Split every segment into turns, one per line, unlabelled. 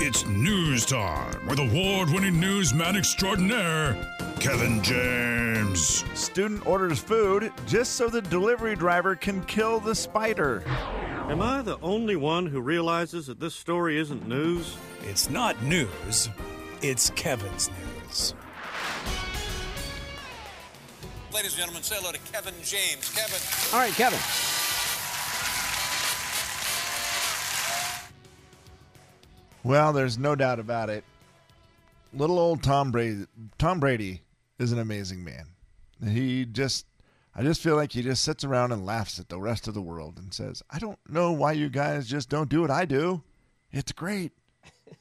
It's news time with award winning newsman extraordinaire, Kevin James.
Student orders food just so the delivery driver can kill the spider.
Am I the only one who realizes that this story isn't news?
It's not news, it's Kevin's news.
Ladies and gentlemen, say hello to Kevin James. Kevin.
All right, Kevin.
Well, there's no doubt about it. Little old Tom Brady, Tom Brady is an amazing man. He just, I just feel like he just sits around and laughs at the rest of the world and says, I don't know why you guys just don't do what I do. It's great.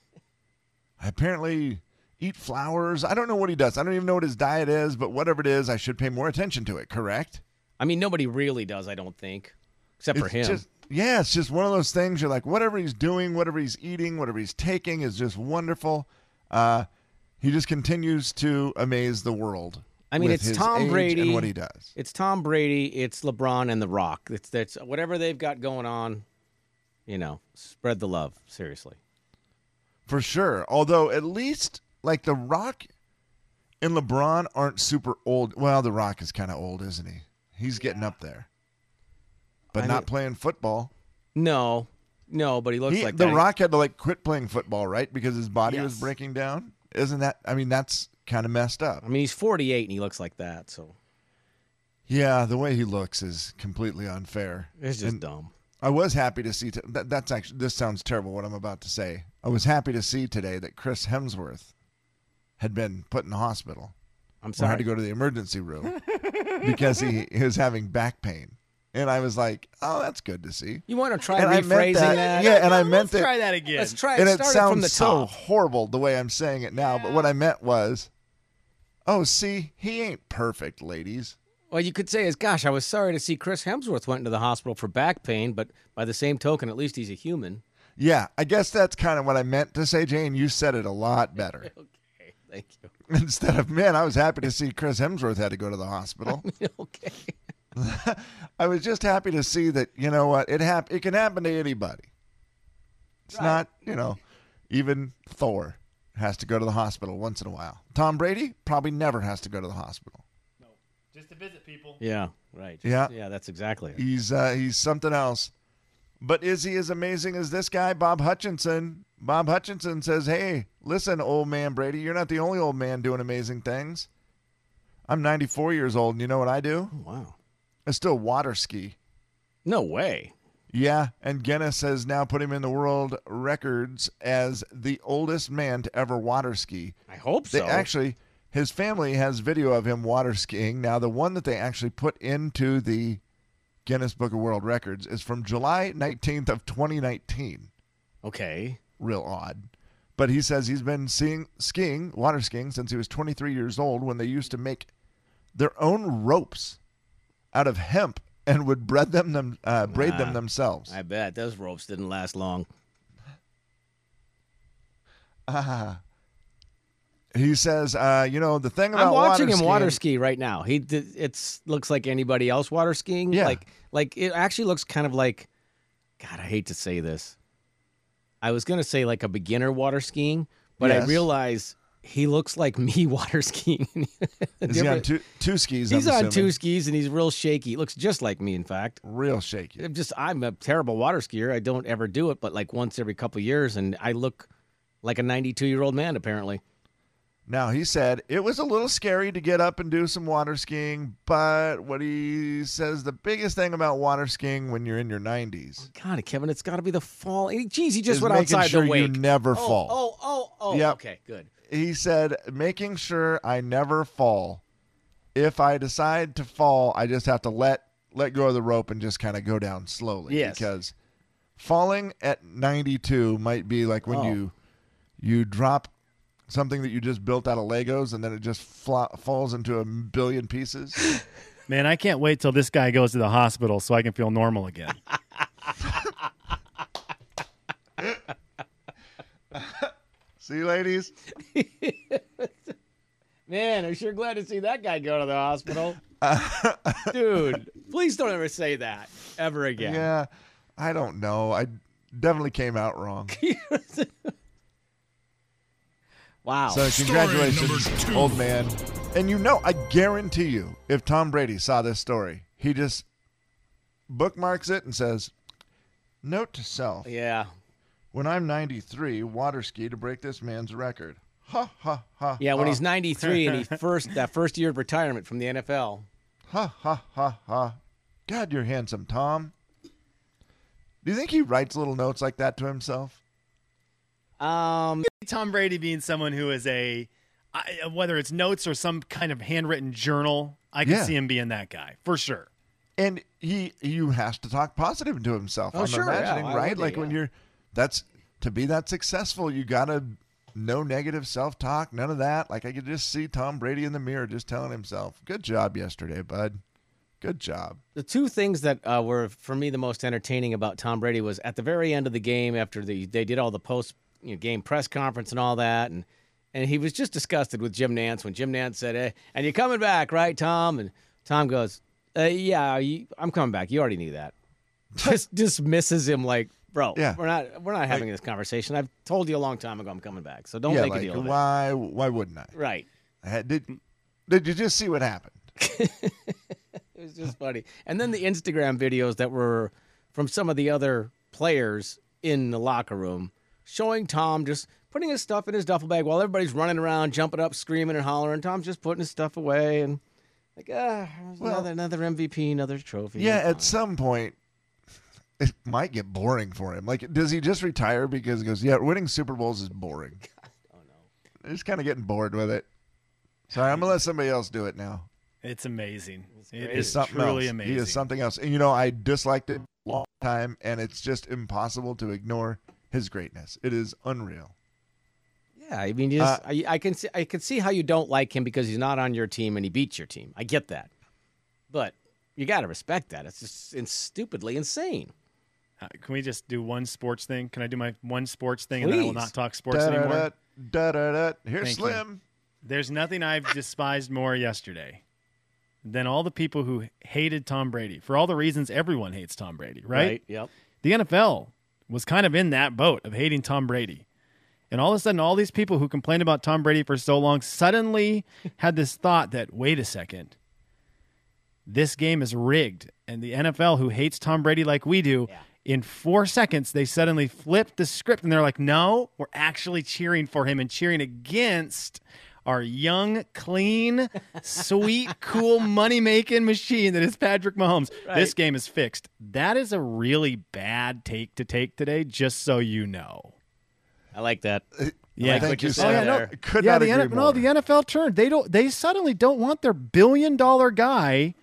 I apparently eat flowers. I don't know what he does. I don't even know what his diet is, but whatever it is, I should pay more attention to it, correct?
I mean, nobody really does, I don't think, except for him.
It's just- yeah, it's just one of those things. You're like, whatever he's doing, whatever he's eating, whatever he's taking is just wonderful. Uh, he just continues to amaze the world.
I mean,
with
it's
his
Tom
age
Brady
and what he does.
It's Tom Brady. It's LeBron and The Rock. It's that's whatever they've got going on. You know, spread the love. Seriously,
For sure. Although at least like The Rock and LeBron aren't super old. Well, The Rock is kind of old, isn't he? He's getting up there. But
I
not
mean-
playing football.
no, no. But he looks
He-
like
the
that.
Rock had to like quit playing football, right? Because his body was
Yes.
breaking down. Isn't that I mean that's kind of messed up.
I mean, he's 48 and he looks like that. So
Yeah, the way he looks is completely unfair.
it's just
And
dumb.
I was happy to see t- that. That's actually this sounds terrible. What I'm about to say. I was happy to see today that Chris Hemsworth had been put in the hospital.
I'm
So I had
sorry.
to go to the emergency room because he, he was having back pain. And I was like, "Oh, that's good to see."
you want to try
and I meant
rephrasing
that-
that?
yeah, and I meant that-
Try that again. Let's try it.
and it
Start
sounds
from the
so
top.
horrible the way I'm saying it now. But what I meant was, "Oh, see, he ain't perfect, ladies."
Well, you could say is, gosh, I was sorry to see Chris Hemsworth went into the hospital for back pain, but by the same token, at least he's a human.
Yeah, I guess that's kind of what I meant to say, Jane. You said it a lot better.
Okay, thank you.
instead of man i was happy to see chris hemsworth had to go to the hospital
okay.
i was just happy to see that you know what it hap- it can happen to anybody it's not you know even thor has to go to the hospital once in a while tom brady probably never has to go to the hospital
just to visit people.
Yeah, right.
Yeah.
Yeah, that's exactly it.
he's uh, he's something else but is he as amazing as this guy bob hutchinson bob hutchinson says hey listen old man brady you're not the only old man doing amazing things i'm 94 years old and you know what i do
Wow.
I still water ski.
No way.
Yeah, and Guinness has now put him in the world records as the oldest man to ever water ski.
I hope
They
so.
actually, his family has video of him water skiing. Now, the one that they actually put into the Guinness Book of World Records is from July 19th of 2019.
okay.
Real odd. But he says he's been seeing skiing, water skiing, since he was 23 years old when they used to make their own ropes out of hemp and would braid them, them uh, braid them
Ah,
themselves.
I bet those ropes didn't last long.
He says, uh, you know, the thing about
I'm watching
water
him water
skiing-
ski right now. He did, it's looks like anybody else water skiing.
Yeah.
Like like it actually looks kind of like God, I hate to say this. I was going to say like a beginner water skiing, but I
Yes.
realize he looks like me water skiing.
Is he on
Different-
two, two skis?
he's
I'm
on two
assuming.
skis and he's real shaky. He looks just like me in fact.
Real shaky.
I'm just I'm a terrible water skier. I don't ever do it, but like once every couple years, and I look like a 92 year old man apparently.
Now he said it was a little scary to get up and do some water skiing, but what he says the biggest thing about water skiing when you're in your 90s
God, Kevin, it's got to be the fall. Eh, Geez, he just
is
went
making
outside
sure
the wake.
you never
oh,
fall.
Oh, oh, oh.
Yep.
Okay, good.
He said making sure I never fall. If I decide to fall, I just have to let let go of the rope and just kind of go down slowly
Yes.
because falling at 92 might be like when
Oh.
you you drop something that you just built out of Legos and then it just fla- falls into a billion pieces.
Man, I can't wait till this guy goes to the hospital so I can feel normal again.
See ladies,
Man, I'm sure glad to see that guy go to the hospital. Dude, please don't ever say that ever
yeah.
again.
I don't know. I definitely came out wrong.
Wow.
So
Story
congratulations,
number two.
old man. And you know, I guarantee you, if Tom Brady saw this story, he just bookmarks it and says, "Note to self:
yeah.
When I'm 93, water ski to break this man's record." Ha ha ha.
Yeah, when
ha.
he's 93 and he first that first year of retirement from the NFL.
ha ha ha ha. God, you're handsome, Tom. Do you think he writes little notes like that to himself?
Um
Tom Brady being someone who is a, I, whether it's notes or some kind of handwritten journal, I can
Yeah.
see him being that guy for sure.
and he you has to talk positive to himself.
Oh,
I'm
sure, yeah,
imagining,
why
right?
would you?
like when
Yeah.
you're that's to be that successful, you gotta no negative self talk, none of that. Like I could just see Tom Brady in the mirror just telling himself, Good job yesterday, bud. Good job.
the two things that uh, were for me the most entertaining about Tom Brady was at the very end of the game after the they did all the post you know, game press conference and all that and and he was just disgusted with Jim Nance when Jim Nance said, "Hey, and you're coming back, right, Tom?" And Tom goes, uh, "Yeah, you, I'm coming back. You already knew that." Just dismisses him like, "Bro,
Yeah.
we're not we're not having this conversation. I've told you a long time ago I'm coming back, so don't
yeah,
make
like
a deal of it."
why why wouldn't I?
Right.
I had- did did you just see what happened?
It was just funny. And then the Instagram videos that were from some of the other players in the locker room showing Tom just putting his stuff in his duffel bag while everybody's running around, jumping up, screaming and hollering. Tom's just putting his stuff away and like, ah,
Well-
another, another MVP, another trophy.
Yeah,
Fine.
at some point it might get boring for him. Like does he just retire because he goes, Yeah, winning Super Bowls is boring.
Oh, no.
I'm just kinda getting bored with it. So I'm gonna let somebody else do it now.
It's amazing. It
great.
is
is something
truly
else.
amazing.
He is something else. And you know, I disliked it a long time, and it's just impossible to ignore his greatness. It is unreal.
Yeah, I mean, you just,
Uh,
I, I can see, I can see how you don't like him because he's not on your team and he beats your team. I get that, but you got to respect that. It's just it's stupidly insane.
Uh, Can we just do one sports thing? Can I do my one sports thing and then I will
Please.
not talk sports anymore?
Da-da-da, da-da-da. Here's
Thank you.
Slim.
There's nothing I've despised more yesterday than all the people who hated Tom Brady for all the reasons everyone hates Tom Brady, right?
Yep.
The NFL was kind of in that boat of hating Tom Brady. And all of a sudden, all these people who complained about Tom Brady for so long suddenly had this thought that, wait a second, this game is rigged. And the NFL, who hates Tom Brady like we do, in four seconds, they suddenly flipped the script and they're like, no, we're actually cheering for him and cheering against our young, clean, sweet, cool, money making machine that is Patrick Mahomes. This game is fixed. That is a really bad take to take today, just so you know.
I like that.
Yeah,
like
Thank
what
you,
you
Slim.
said there.
Could
yeah,
not
the
agree
N-
more.
no, the NFL turned. They don't. They suddenly don't want their billion dollar guy,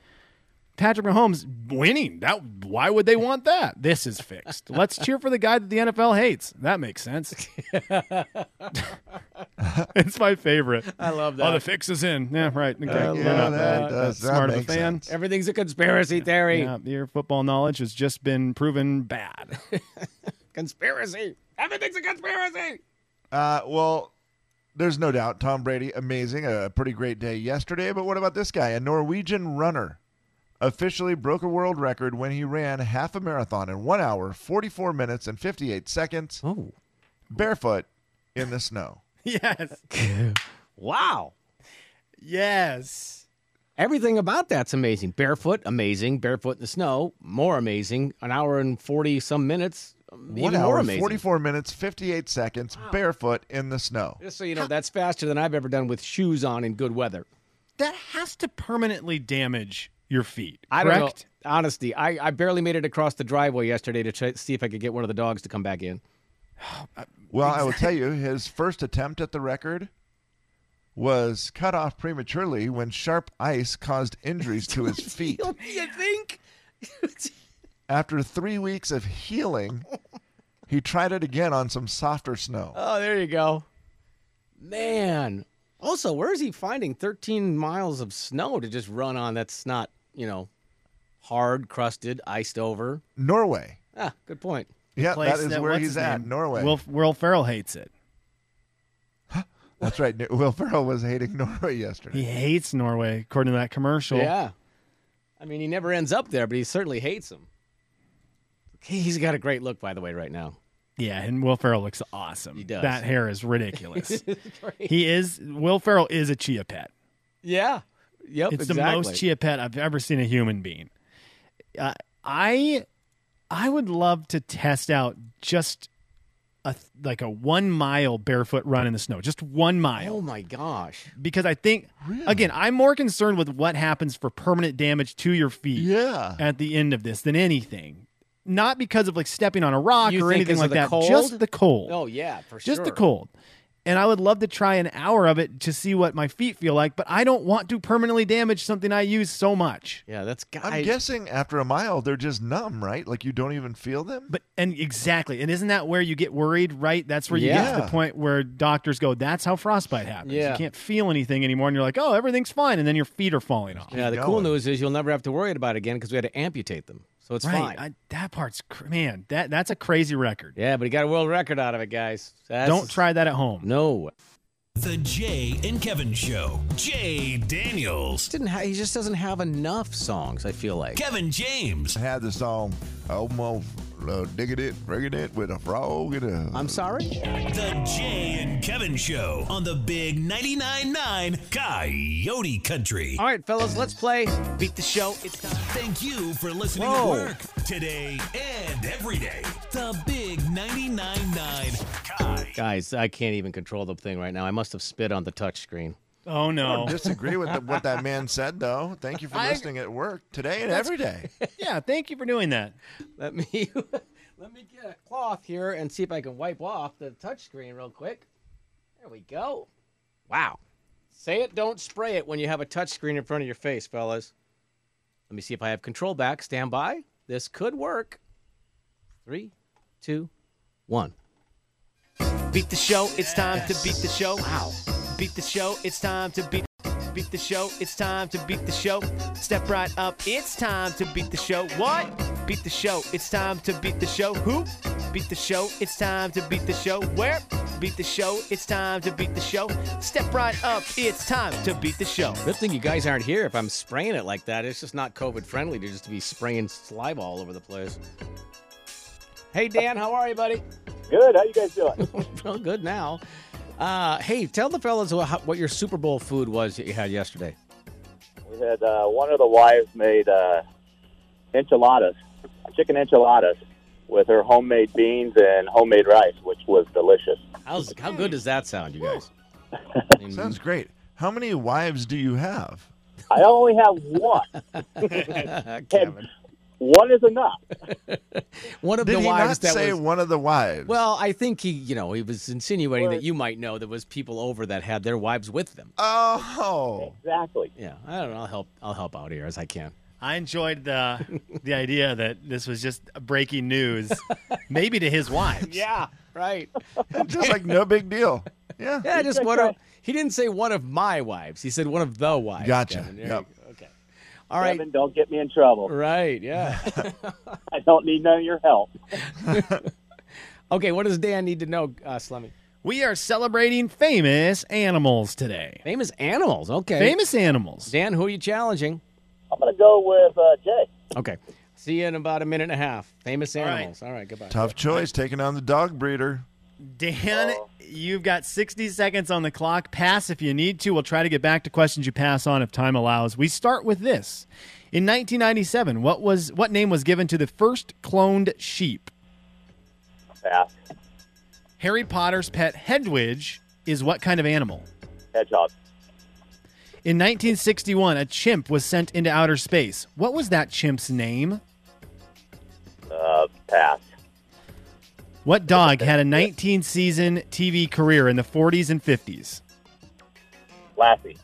Patrick Mahomes, winning. That why would they want that? This is fixed. Let's cheer for the guy that the NFL hates. That makes sense. it's my favorite.
I love
Oh,
that.
the fix is in. Yeah, right. Okay.
Yeah,
We're
that
not that-
does-
that
that
smart of a
makes
fan.
sense.
Everything's a conspiracy theory.
Yeah, your football knowledge has just been proven bad.
Conspiracy. Everything's a conspiracy.
Uh, well, there's no doubt Tom Brady, amazing, a pretty great day yesterday. But what about this guy? A Norwegian runner officially broke a world record when he ran half a marathon in one hour, 44 minutes, and 58 seconds
Oh.
barefoot in the snow.
yes.
Wow.
Yes.
Everything about that's amazing. Barefoot, amazing. Barefoot in the snow, more amazing. An hour and 40 some minutes, um,
One
even more
hour,
amazing.
44 minutes, 58 seconds, barefoot in the snow.
Just so you know, that's faster than I've ever done with shoes on in good weather.
that has to permanently damage your feet. Correct?
I don't know. Honesty, I, I barely made it across the driveway yesterday to try, see if I could get one of the dogs to come back in.
Well, I will tell you, his first attempt at the record was cut off prematurely when sharp ice caused injuries to his feet.
You think?
After three weeks of healing, he tried it again on some softer snow.
Oh, there you go. Man. Also, where is he finding 13 miles of snow to just run on that's not, you know, hard, crusted, iced over?
Norway.
Ah, good point.
Yeah,
Place
that is where
what's
he's
his
at.
name?
Norway.
Will, Will Ferrell hates it.
That's right. N- Will Ferrell was hating Norway yesterday.
He hates Norway, according to that commercial.
Yeah. I mean, he never ends up there, but he certainly hates him. He- He's got a great look, by the way, right now.
Yeah, and Will Ferrell looks awesome.
He does.
That hair is ridiculous. he is Will Ferrell is a chia pet.
Yeah. Yep.
It's
exactly.
the most chia pet I've ever seen a human being. Uh, I I would love to test out just a th- like a 1 mile barefoot run in the snow. Just 1 mile
Oh my gosh.
because I think again, I'm more concerned with what happens for permanent damage to your feet
Yeah.
at the end of this than anything. Not because of like stepping on a rock
You
or
think
anything
'cause
like
of the
that,
cold?
just the cold
Oh yeah, for sure.
just the cold. And I would love to try an hour of it to see what my feet feel like, but I don't want to permanently damage something I use so much.
Yeah, that's
I'm
guy.
guessing after a mile they're just numb, right? Like you don't even feel them.
But and exactly, and isn't that where you get worried? Right, that's where you get to
Yeah.
the point where doctors go, "That's how frostbite happens.
Yeah.
You can't feel anything anymore, and you're like, oh, everything's fine," and then your feet are falling off.
Yeah, the
Keep
cool
going.
news is you'll never have to worry about it again because we had to amputate them, so it's
right,
fine.
I, that part's cr- man, that that's a crazy record.
yeah, but he got a world record out of it, guys. That's-
Don't try that at home.
No,
The Jay and Kevin Show. Jay Daniels.
didn't. Ha- he just doesn't have enough songs. I feel like.
Kevin James.
I had the song almost uh, digging it, rigging it with a frog and a.
I'm sorry.
The Jay and Kevin Show on the big 99.9 9 Coyote Country.
All right, fellas, let's play. Beat the show. It's time.
Thank you for listening
Whoa.
at work today and every day. The big 99.9 9 Coyote.
Guys, I can't even control the thing right now. I must have spit on the touch screen.
Oh no.
disagree with the, what that man said though. Thank you for listening at work today and every day.
yeah, thank you for doing that.
Let me let me get a cloth here and see if I can wipe off the touch screen real quick. There we go. Wow. Say it, don't spray it when you have a touch screen in front of your face, fellas. Let me see if I have control back. Stand by. This could work. Three, two, one. Beat the show. It's time to beat the show. Wow. Beat the show. It's time to beat. Beat the show. It's time to beat the show. Step right up. It's time to beat the show. What? Beat the show. It's time to beat the show. Who? Beat the show. It's time to beat the show. Where? Beat the show. It's time to beat the show. Step right up. It's time to beat the show. Good thing you guys aren't here. If I'm spraying it like that, it's just not COVID friendly to just be spraying saliva all over the place. Hey Dan, how are you, buddy?
Good. How you guys doing?
Well, good now. Uh, hey, tell the fellas what, how- what your Super Bowl food was that you had yesterday.
we had uh, one of the wives made uh, enchiladas, chicken enchiladas, with her homemade beans and homemade rice, which was delicious.
How's, how good does that sound, you guys?
Sounds great. How many wives do you have?
I only have one.
Kevin.
One is enough.
One of
Did
the
he not
wives that
say
was.
one of the wives?
Well, I think he, you know, he was insinuating that you might know there was people over that had their wives with them.
oh,
Exactly.
Yeah, I don't know. I'll help. I'll help out here as I can.
I enjoyed the the idea that this was just breaking news, maybe to his wife.
Yeah, right.
just like no big deal. Yeah.
Yeah, just one of. He didn't say one of my wives. He said one of the wives.
Gotcha.
Kevin. There you
Yep.
go. Okay. All right.
Kevin, don't get me in trouble.
Right. Yeah.
I don't need none of your help.
okay. What does Dan need to know, uh, Slummy?
We are celebrating famous animals today.
Famous animals. Okay.
Famous animals.
Dan, who are you challenging?
I'm going to go with uh, Jay.
Okay. See you in about a minute and a half. Famous
right.
animals. All right. Goodbye.
Tough choice taking on the dog breeder.
Dan, you've got 60 seconds on the clock. Pass if you need to. We'll try to get back to questions you pass on if time allows. We start with this. In 1997, what was what name was given to the first cloned sheep?
Pass.
Harry Potter's pet Hedwig is what kind of animal?
Hedgehog.
In 1961, a chimp was sent into outer space. What was that chimp's name?
Uh, pass.
What dog had a 19 season TV career in the 40s and 50s?
Lassie.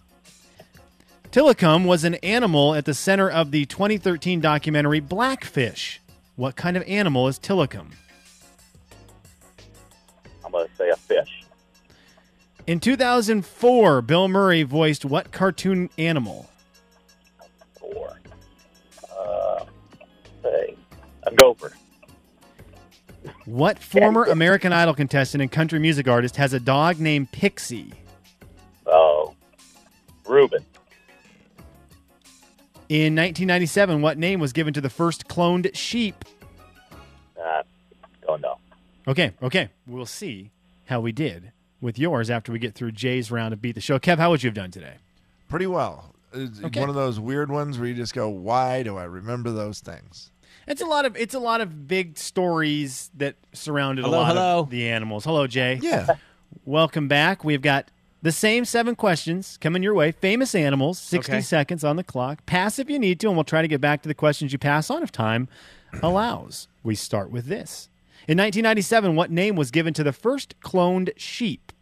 Tillicum was an animal at the center of the 2013 documentary Blackfish. What kind of animal is Tillicum?
I'm going to say a fish.
In 2004, Bill Murray voiced what cartoon animal?
Or, uh, say, a gopher.
What former American Idol contestant and country music artist has a dog named Pixie?
Oh, Reuben.
In 1997, what name was given to the first cloned sheep?
Uh, don't know.
Okay, okay. We'll see how we did with yours after we get through Jay's round of beat the show. Kev, how would you have done today?
Pretty well. It's
Okay.
One of those weird ones where you just go, why do I remember those things?
It's a lot of it's a lot of big stories that surrounded
Hello,
a lot
hello.
of the animals. Hello, Jay.
Yeah.
Welcome back. We've got the same seven questions coming your way. Famous animals, 60
Okay.
seconds on the clock. Pass if you need to, and we'll try to get back to the questions you pass on if time allows. We start with this. In 1997, what name was given to the first cloned sheep?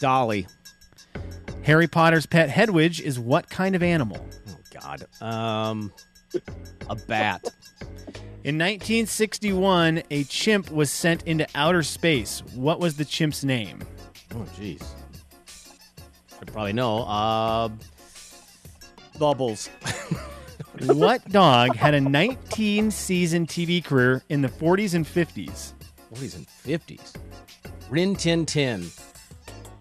Dolly.
Harry Potter's pet Hedwig is what kind of animal?
Oh God. Um, a bat.
In 1961, a chimp was sent into outer space. What was the chimp's name?
Oh jeez. I probably know. Uh, bubbles.
What dog had a 19 season TV career in the 40s and 50s?
What is in fifties? Rin Tin Tin.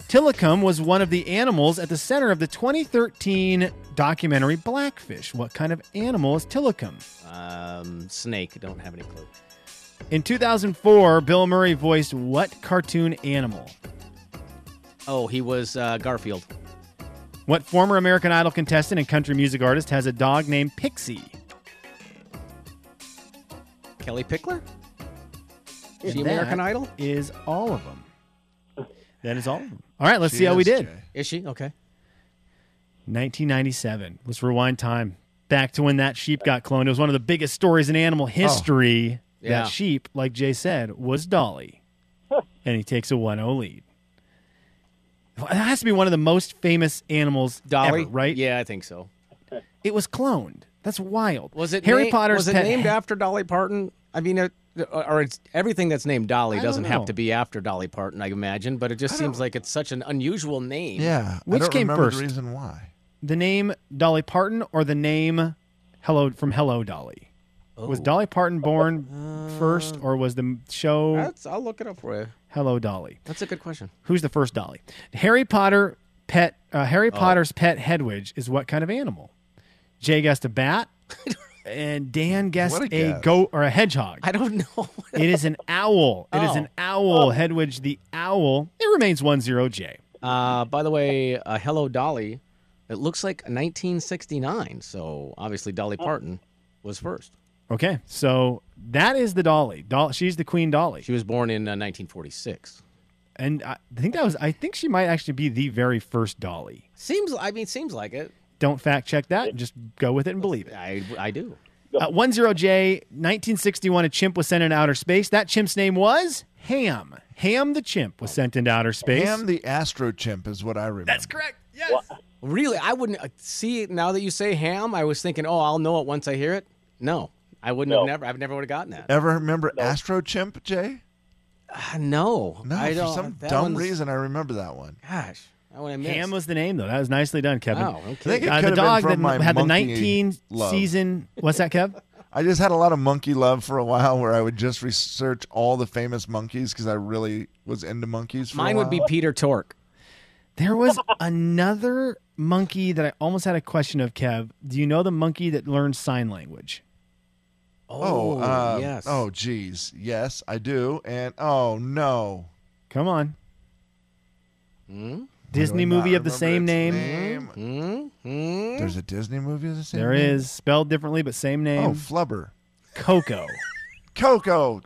Tillicum was one of the animals at the center of the 2013 documentary Blackfish. What kind of animal is Tillicum?
Um, snake. Don't have any clue.
In 2004, Bill Murray voiced what cartoon animal?
Oh, he was uh, Garfield.
What former American Idol contestant and country music artist has a dog named Pixie?
Kelly Pickler. Is he
That
American Idol?
Is all of them. That is all of them. All right, let's see how we
Yes,
did.
Jay.
Is she? Okay.
1997. Let's rewind time back to when that sheep got cloned. It was one of the biggest stories in animal history.
Oh. Yeah.
That sheep, like Jay said, was Dolly. and he takes a 1 0 lead. That has to be one of the most famous animals
Dolly.
ever, right?
Yeah, I think so.
It was cloned. That's wild.
Was it
Harry
na-
Potter's
Was it
pet-
named after Dolly Parton? I mean, it, uh, or it's everything that's named Dolly
I
doesn't
don't
have
know.
to be after Dolly Parton, I imagine. But it just seems like it's such an unusual name.
Yeah.
Which
I don't
came
remember
first?
the reason why.
the name Dolly Parton or the name Hello from Hello Dolly?
Oh.
Was Dolly Parton born first or was the show
Uh, That's, I'll look it up for you.
Hello Dolly?
That's a good question.
Who's the first Dolly? Harry Potter pet. Uh, Harry
Oh.
Potter's pet Hedwig is what kind of animal? Jay guessed a bat, and Dan guessed
What a
a,
guess.
goat or a hedgehog.
I don't know.
it is an owl. It is
Oh.
an owl. Hedwig the owl. It remains 1-0 Jay.
Uh, by the way, uh, Hello Dolly, it looks like 1969. So obviously Dolly Parton was first.
Okay, so that is the Dolly. Doll, she's the Queen Dolly,
She was born in uh, 1946.
and I think that was. I think she might actually be the very first Dolly.
Seems. I mean, seems like it.
Don't fact check that. Just go with it and believe it.
I, I do.
Uh, 10J, 1961, a chimp was sent into outer space. That chimp's name was Ham. Ham the chimp was sent into outer space.
Ham the Astro Chimp is what I remember. That's correct.
Really, I wouldn't uh, see. Now that you say ham, I was thinking, oh, I'll know it once I hear it. No, I wouldn't have never. I've never would have gotten that.
Ever remember Astro Chimp, Jay?
Uh, no,
No,
I
for
don't.
some
that
dumb
one's-
reason I remember that one.
Gosh, that one I missed.
Ham was the name, though. That was nicely done, Kevin.
Wow, okay. I
think it could
Uh, the
have been
dog
from
that
my
had the
monkey
19
love.
season. What's that, Kev?
I just had a lot of monkey love for a while, where I would just research all the famous monkeys because I really was into monkeys. For a
Mine would be
while.
Peter Tork.
There was another monkey that I almost had a question of, Kev. Do you know the monkey that learns sign language?
Oh, um,
yes.
Oh, geez, yes, I do. And oh no,
Come on.
Hmm?
Disney
Do I not
movie of the
remember
same
its
name.
Hmm? Hmm?
There's a Disney movie of the same.
There
name?
is. Spelled differently, but same name.
Oh, Flubber,
Coco.
Coco.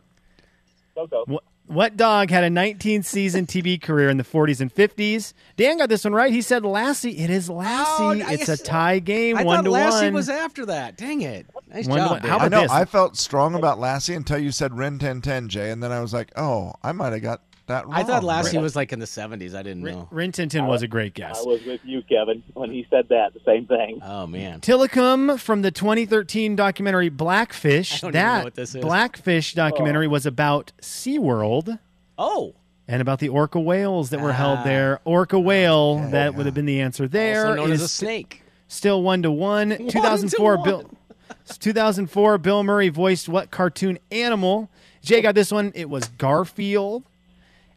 Coco.
What, what dog had a 19 season TV career in the 40s and 50s? Dan got this one right. He said Lassie. It is Lassie.
Oh, I
it's a
guess-
tie game,
I
one
thought
to
Lassie
one.
was after that. Dang it! Nice
One to one.
job. Dave.
How
I
about
know.
this?
I felt strong about Lassie until you said Ren Ten Ten, Jay, and then I was like, oh, I might have got that wrong.
I thought Lassie was like in the 70s. I didn't know.
Rin Tin Tin was a great guess.
I was with you, Kevin, when he said that. The same thing.
Oh man.
Tillicum from the 2013 documentary Blackfish.
I don't even
that
know what this is.
Blackfish documentary was about SeaWorld
Oh,
and about the orca whales that were held there. Orca whale, that would have been the answer there.
Ah. also known
It
as a
is
snake.
Still one to one. 2004
one.
Bill 2004 Bill Murray voiced what cartoon animal? Jay got this one. It was Garfield.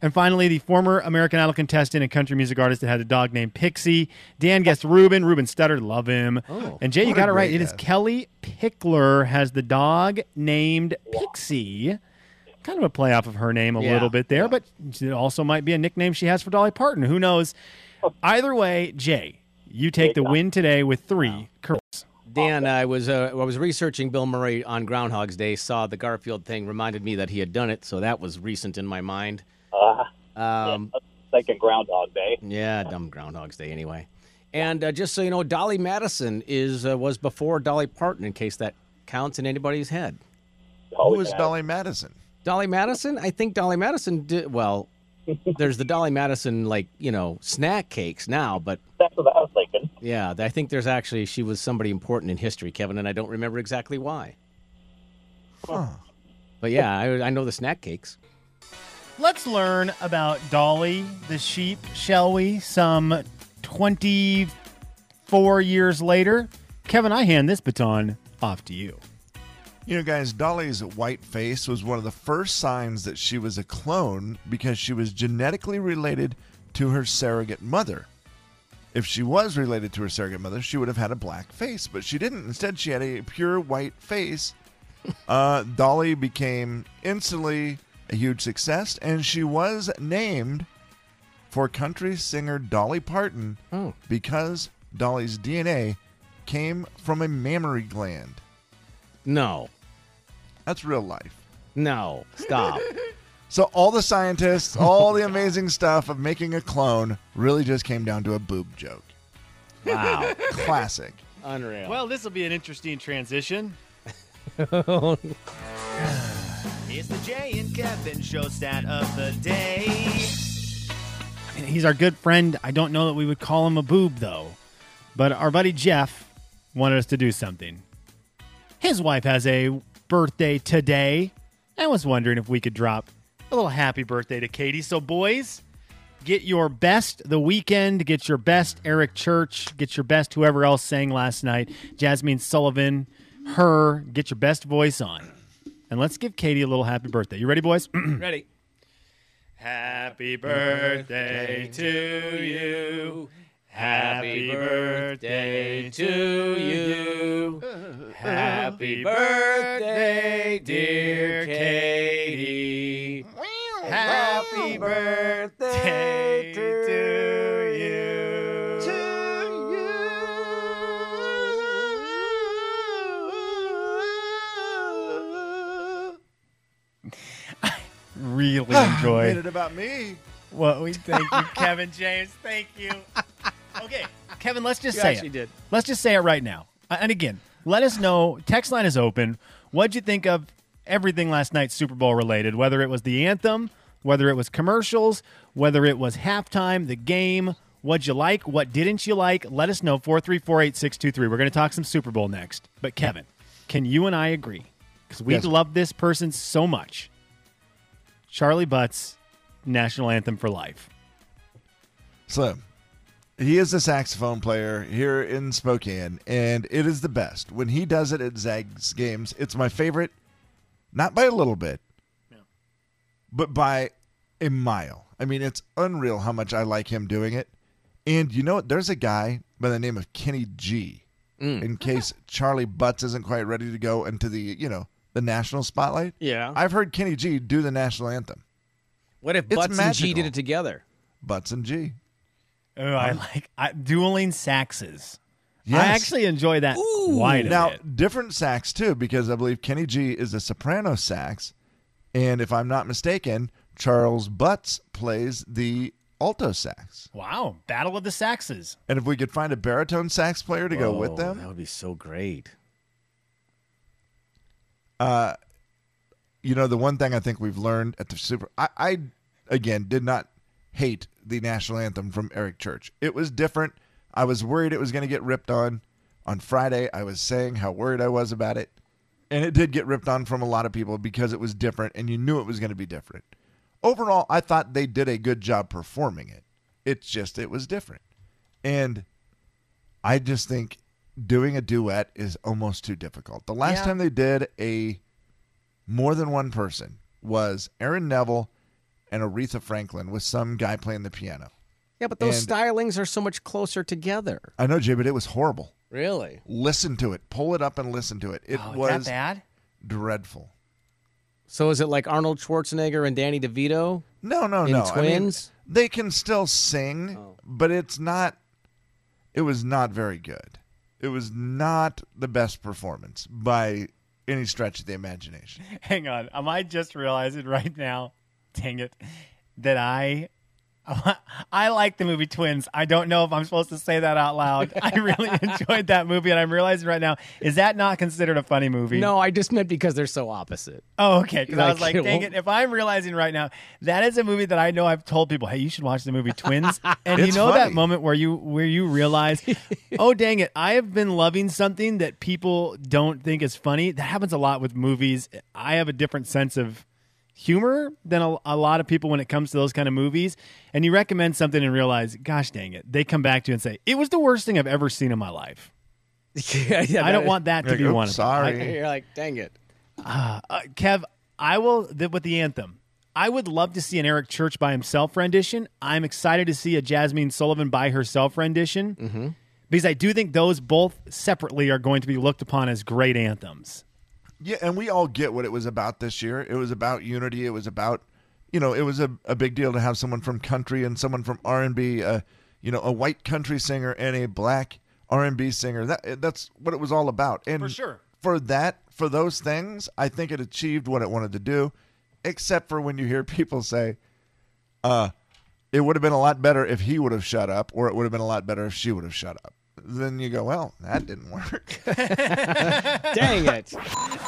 And finally, the former American Idol contestant and country music artist that had a dog named Pixie. Dan guessed Ruben. Ruben stuttered. Love him. and Jay, you
what a
got it right.
great
It is
guess.
Kelly Pickler has the dog named Pixie kind of a play off of her name a
Yeah,
little bit there, but it also might be a nickname she has for Dolly Parton. Who knows?
Oh.
Either way, Jay, you take the win today with three corrects.
Dan, I was uh, I was researching Bill Murray on Groundhog's Day. Saw the Garfield thing, reminded me that he had done it, so that was recent in my mind. Um,
Thinking Groundhog Day.
yeah, dumb Groundhog's Day anyway. And uh, just so you know, Dolly Madison is uh, was before Dolly Parton, in case that counts in anybody's head.
Who
Always
is
been
Dolly Madison?
Dolly Madison? I think Dolly Madison did well. There's the Dolly Madison like you know snack cakes now, but
That's what I was thinking.
yeah, I think there's actually she was somebody important in history, Kevin, and I don't remember exactly why.
Huh.
But yeah, I, I know the snack cakes.
Let's learn about Dolly the sheep, shall we? Some 24 years later. Kevin, I hand this baton off to you.
You know, guys, Dolly's white face was one of the first signs that she was a clone because she was genetically related to her surrogate mother. If she was related to her surrogate mother, she would have had a black face, but she didn't. Instead, she had a pure white face. Uh, Dolly became instantly a huge success, and she was named for country singer Dolly Parton
Oh.
because Dolly's DNA came from a mammary gland.
No,
That's real life.
no, stop.
So all the scientists, all the amazing stuff of making a clone really just came down to a boob joke.
wow,
Classic.
unreal.
Well, this will be an interesting transition. it's the Jay and Kevin show stat of the day. he's our good friend. I don't know that we would call him a boob, though. But our buddy Jeff wanted us to do something. His wife has a birthday today. I was wondering if we could drop a little happy birthday to Katie. So, boys, get your best the weekend get your best eric church get your best whoever else sang last night jasmine sullivan her get your best voice on and let's give katie a little happy birthday you ready boys
ready.
happy birthday to you happy birthday
to you.
happy birthday dear
Katie.
happy birthday to you really
Made
enjoyed
it about me.
Well, we thank you, Kevin James. Thank you. Okay, Kevin, let's just
You
say
actually
it.
did.
Let's just say it right now. Uh, And again, let us know. Text line is open. What'd you think of everything last night, Super Bowl related? Whether it was the anthem, whether it was commercials, whether it was halftime, the game. What'd you like? What didn't you like? Let us know. Four three four eight six two three. We're going to talk some Super Bowl next. But Kevin, can you and I agree? Because we
Yes.
love this person so much. Charlie Butts, national anthem for life.
Slim. He is a saxophone player here in Spokane, and it is the best. When he does it at Zag's games, it's my favorite, not by a little bit, but by a mile. I mean, it's unreal how much I like him doing it. And you know what? There's a guy by the name of Kenny G. In case Charlie Butts isn't quite ready to go into the, you know, the national spotlight.
Yeah.
I've heard Kenny G do the national anthem.
What if
It's
Butts and G did
magical.
it together?
Butts and G.
Oh, I like I, dueling saxes. I
Um, Yes.
actually enjoy that quite a
now
bit.
different sax too because i believe kenny g is a soprano sax and if i'm not mistaken charles butts plays the alto sax
Wow, battle of the saxes.
and if we could find a baritone sax player to go
Oh,
with
Whoa,
them
Oh, That would be so great.
you know the one thing i think we've learned at the super i, I again did not hate the national anthem from eric church it was different i was worried it was going to get ripped on on friday i was saying how worried i was about it and it did get ripped on from a lot of people because it was different and you knew it was going to be different overall i thought they did a good job performing it it's just it was different and i just think doing a duet is almost too difficult the last time they did a more than one person was Aaron Neville and Aretha Franklin with some guy playing the piano.
Yeah, but those
And-
stylings are so much closer together.
I know, Jay, but it was horrible.
Really?
Listen to it. Pull it up and listen to it. It
Oh, is
was
that bad?
dreadful.
So is it like Arnold Schwarzenegger and Danny DeVito?
No, no,
In
no.
Twins? Oh.
I mean, they can still sing, but it's not. It was not very good. It was not the best performance by any stretch of the imagination.
Hang on. Am I just realizing right now, dang it, that I I like the movie Twins. I don't know if I'm supposed to say that out loud. I really enjoyed that movie and I'm realizing right now, is that not considered a funny movie?
No, I just meant because they're so opposite.
Oh, okay. Because I was
Like, it
like, dang
won't-
it. If I'm realizing right now, that is a movie that I know I've told people, hey, you should watch the movie Twins. And you
It's
know that
funny.
moment where you where you realize, oh dang it, I have been loving something that people don't think is funny. That happens a lot with movies. I have a different sense of humor than a, a lot of people when it comes to those kind of movies. And you recommend something and realize, gosh dang it, they come back to you and say, it was the worst thing I've ever seen in my life.
yeah, yeah,
I
that
don't
is-
want that to
Like,
be
oops,
one. of them.
sorry.
I-
You're like, dang it.
uh, Kev, I will th- with the anthem. I would love to see an Eric Church by himself rendition. I'm excited to see a Jasmine Sullivan by herself rendition because I do think those both separately are going to be looked upon as great anthems.
Yeah, and we all get what it was about this year. It was about unity. It was about, you know, it was a, a big deal to have someone from country and someone from R and B, uh, you know, a white country singer and a black R and B singer. That eh, that's what it was all about. And for
sure.
for that, for those things, I think it achieved what it wanted to do, except for when you hear people say, uh, it would have been a lot better if he would have shut up, or it would have been a lot better if she would have shut up. Then you go, well, that didn't work.
Dang it.